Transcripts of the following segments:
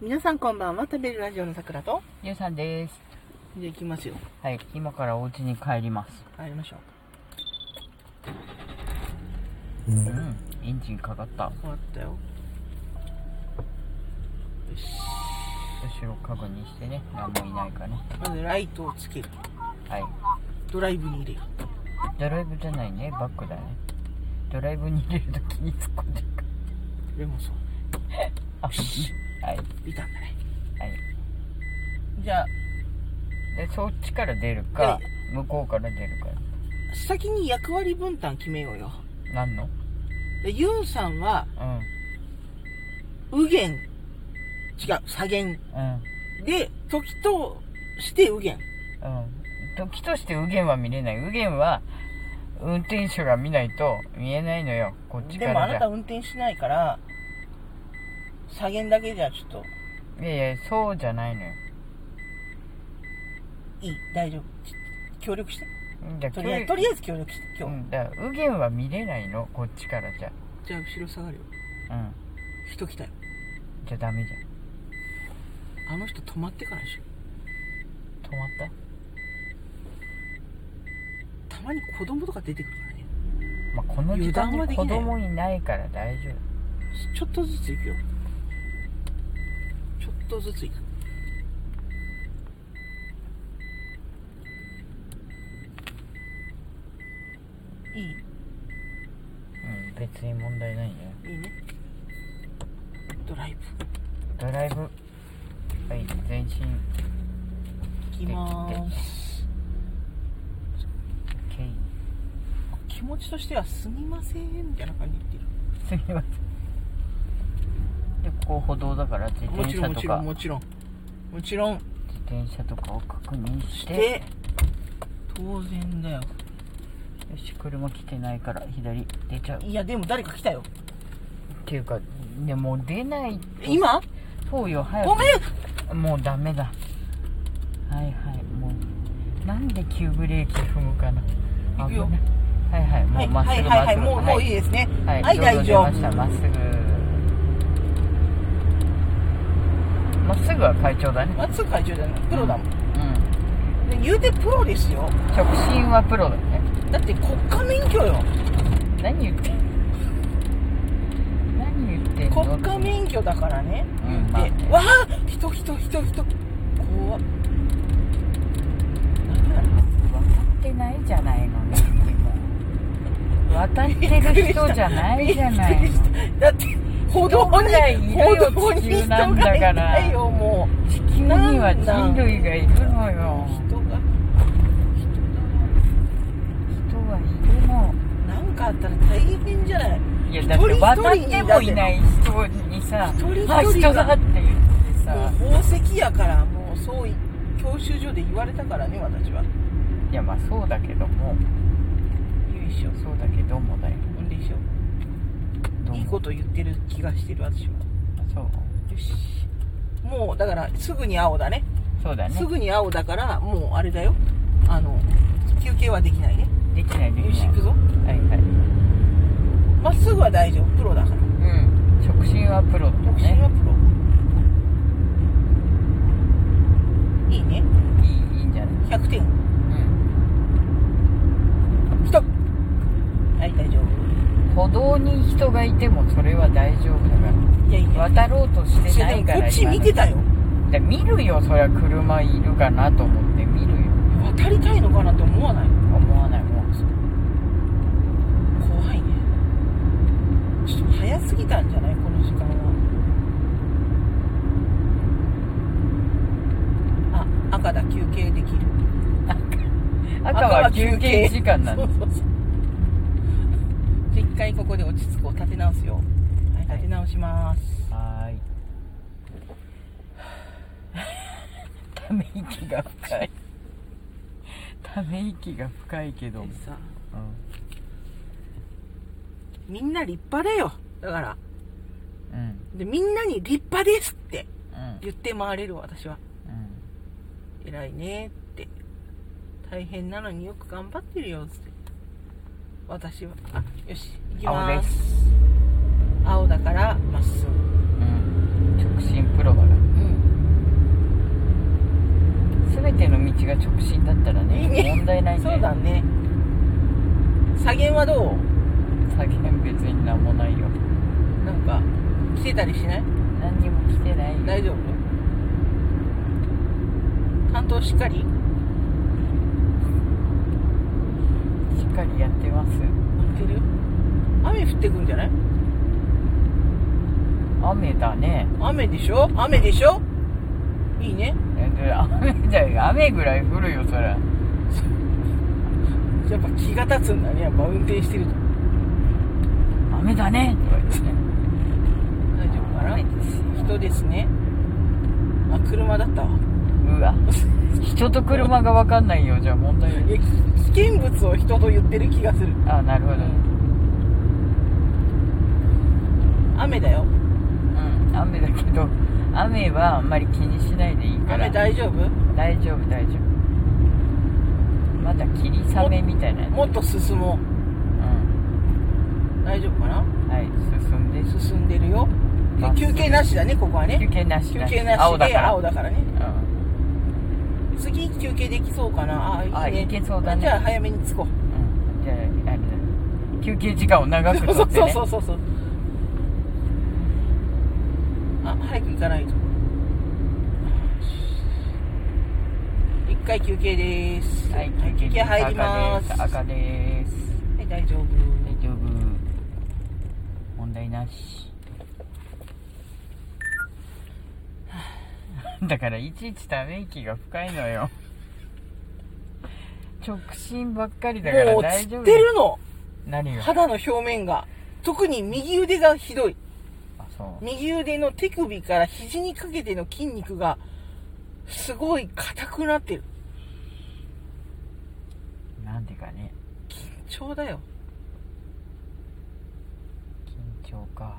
皆さんこんばんは食べるラジオのさくらとゆうさんです。で行きますよはい、今からお家に帰ります。帰りましょううん、エンジンかかった。終わったよよし後ろ確認してね、何もいないかね。まずライトをつけるはい。ドライブに入れるドライブじゃないね、バックだね。ドライブに入れるときに突っ込んでるかレモンソら。あ、はい。ビタンだねはい。じゃあで、そっちから出るはか、向こうから出るか。先に役割分担決めようよ何のでユンさんはうん、右弦違う左弦うん、で時として右弦うん。時として右舷は見れない。右舷は、運転手が見ないと見えないのよ。こっちでかもあらじなた。ゃ運転しないから左弦だけじゃちょっといやいや、そうじゃないのよ。いい大丈夫協力してじゃあとりあえずとりあえず協力して今う日、ん、だから右舷は見れないのこっちからじゃじゃあ後ろ下がるようん人来たよじゃあダメじゃんあの人止まってからでしょ止まったたまに子供とか出てくるからねまあ、この時間油断はでにきな子い供いないから大丈夫ちょっとずつ行くよちょっとずつ行くいいうん別に問題ないねいいねドライブドライブはい前進行きまーす OK 気持ちとしては「すみません」みたいな感じで言って すみませんでここ歩道だから自るも転ちろ車んもとちろかんもちろんもちろん自転車とかを確認ししてて当然だよよし車来てないから左出ちゃうっいやでも誰か来たよていうかでも出ないと今そうよ早くごめんもうダメだはいはいもうなんで急ブレーキ踏むかな行くよ危ないはいはいもはういまっはすいぐはいはいまっすぐもうもういいいですねはい、はい大丈ちょうど夫出ましたまっすぐまっすぐは会長だね松会長じゃないプロだもん、うんで言うてプロですよ直進はプロだねだって国家免許よ何言ってんの何言ってんの国家免許だからね、うんまあでねわあ人人人人怖っ分かってないじゃないのね渡ってる人じゃないじゃなびっくりいしのただって歩道人ぐらいいにるよ歩道に地球人ながんいだからないよもう地球には人類がいるのよ人が人はいる人のがなんかあったら大変じゃないいやだって渡ってもいない人にさ一人一人「あ人だ」って言ってさもう宝石やからもうそうい教習所で言われたからね私はいやまあそうだけどもよいしょそうだけどもだよほんでしょどうもいいこと言ってる気がしてる私はそうよしもうだからすぐに青だねそうだねすぐに青だからもうあれだよあの休憩はできないねできないできよしない行くぞはいはいまっすぐは大丈夫プロだからうん直進はプロだ特進ねはプロ、いいねいいいいんじゃない100点うんストップはい大丈夫歩道に人がいてもそれは大丈夫だかいやいらや渡ろうとしてそれなでいもかこらっち今の見てたよだから見るよそりゃ車いるかなと思って見るよ渡りたいのかなって思わない思わないもん怖いねちょっと早すぎたんじゃないこの時間はあ赤だ休憩できる 赤は休憩時間なんそうですそうそうじゃあ一回ここで落ち着こう立て直すよはい立て直します、はーい ため息が深い ため息が深いけども、でさうみんな立派だよだからんうんでみんなに立派ですってうん言って回れる私はうん偉いねって大変なのによく頑張ってるよって私はあよし行きま青ーです青だからまっすぐうん直進プロだからさんね左舷はど左舷別になんもないようなんか来てたりしない何にも来てないよ大丈夫担当しっかりしっかりやってます降ってる雨降ってくんじゃない雨だね雨でしょ雨でしょいいねで雨だよ雨ぐらい降るよそりゃやっぱ気が立つんだねやっぱ運転してると雨だねとか言って大丈夫かな雨ですよ人ですねあ車だったわ うわ人と車が分かんないよじゃあ問題いやき危険物を人と言ってる気がするあなるほど雨だようん雨だけど雨はあんまり気にしないでいいから雨大丈夫大丈夫大丈夫まだ霧雨みたいなやつもっと進もうんう大丈夫かなはい進んで進んでるよでまっすぐ休憩なしだねここはね休憩なし休だ憩なしで青だからね次休憩できそうかなああいいねあいけそうだねじゃあ早めに着こううん、うん、じゃああれだ休憩時間を長くそとっうてそうねそうそうそうあ早く行かないと一回休憩ですはい休憩入ります赤です赤ですはい大丈夫大丈夫問題なし だからいちいちため息が深いのよ直進ばっかりだからもう大つ丈夫ってるの何が肌の表面が特に右腕がひどいあそう右腕の手首から肘にかけての筋肉がすごい硬くなってるなんでかね緊張だよ 緊張か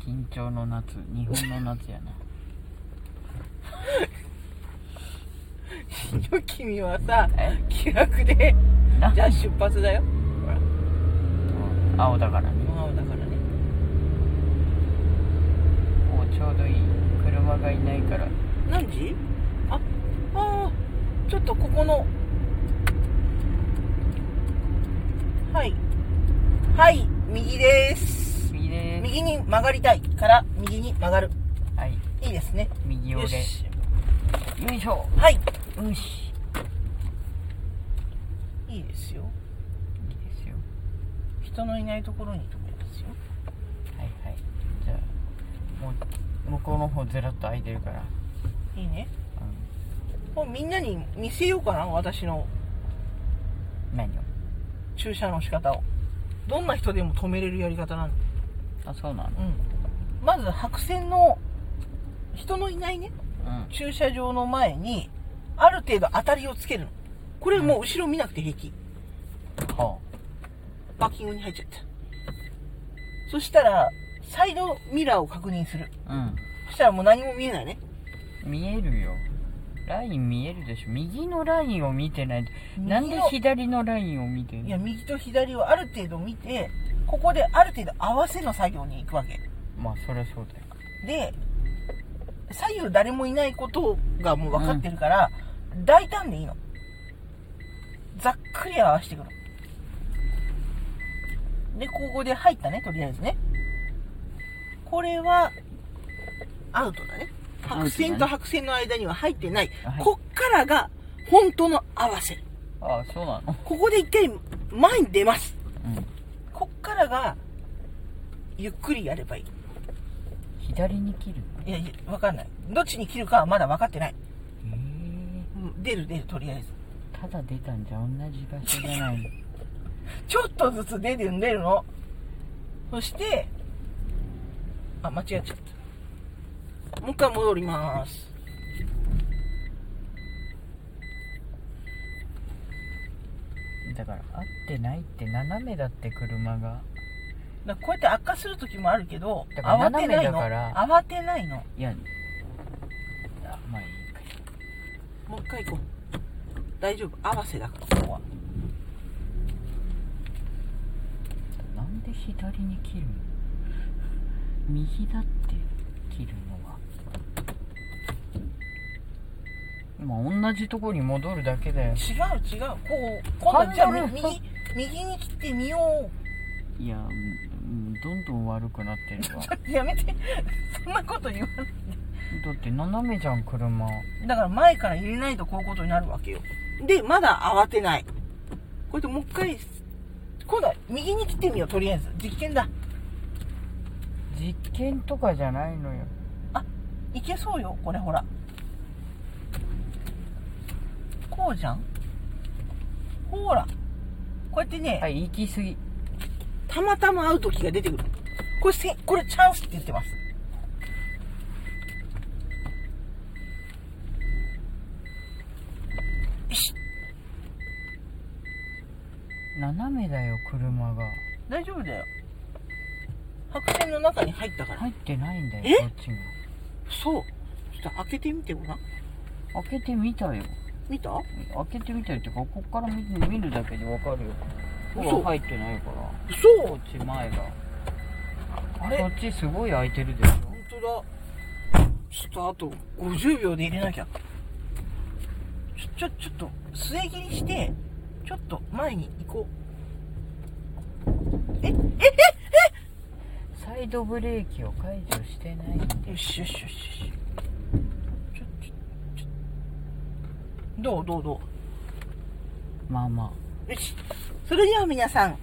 緊張の夏日本の夏やなよ君はさえ気楽でなじゃあ出発だよほら青だからね青だからねおちょうどいい車がいないから何時ああーちょっとここのはいはい右です右で右に曲がりたいから右に曲がるすはいいいですね右よ折れよしいしょはいよしいいですよいいですよ人のいないところに止めますよはいはいじゃあもう向こうの方ずらっと空いてるから、いいねうもうみんなに見せようかな私のん、何を駐車の仕方をどんな人でも止めれるやり方なんであそうなのうんまず白線の人のいないねうん駐車場の前にある程度当たりをつけるのこれもう後ろ見なくて平気はパーキングに入っちゃったそしたらサイドミラーを確認するあうんそしたらもう何も見えないね見えるよライン見えるでしょ右のラインを見てないと右のなんで左のラインを見ているやの右と左をある程度見てここである程度合わせの作業に行くわけまあそりゃそうだよで左右誰もいないことがもう分かってるから、大胆でいいのざっくり合わせてくるでここで入ったねとりあえずねこれはアウトだねアウトだね白線と白線の間には入ってない、はいこっからが本当の合わせああそうなのここで一回前に出ますうんこっからがゆっくりやればいい左に切るいやいや分かんないどっちに切るかはまだ分かってないへえうん出る出るとりあえずただ出たんじゃ同じ場所じゃない のちょっとずつ出る出るのそしてあ間違っちゃったもう一回戻りますだから合ってないって斜めだって車がだからこうやって悪化する時もあるけどだから慌てない斜めだのから慌てないのいやあまあいいかもう一回行こう大丈夫合わせだからここはなんで左に切るの 右だって切るのはまあ、同じとこに戻るだけだ違よう違うこう今度じゃあハンドル右右に切ってみよう いやうんどんどん悪くなってる わちょっとやめてそんなこと言わないだって斜めじゃん車だから前から入れないとこういうことになるわけよでまだ慌てないこうやってもう一回今度は右に切ってみようとりあえず実験だ実験とかじゃないのよいけそうよこれほらこうじゃんほらこうやってね、はい行き過ぎたまたま会う時が出てくるこれせこれチャンスって言ってますよし斜めだよ車が大丈夫だよ白線の中に入ったから入ってないんだえよこっちがそうちょっと開けてみてごらん開けてみたよ見た開けてみたよってかこっから見て見るだけでわかるよほ嘘ら入ってないから嘘こっち前があれこっちすごい開いてるでしょ本当だちょっとあと50秒で入れなきゃちょちょちょっと末切りしてちょっと前に行こうええサイドブレーキを解除してないんだえよしよしよしよしちょちょちょどうどうどまあまあうよしそれでは皆さん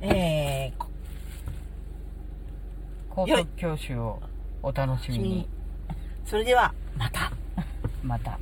えー、こ高速教習をお楽しみにそれではまた また。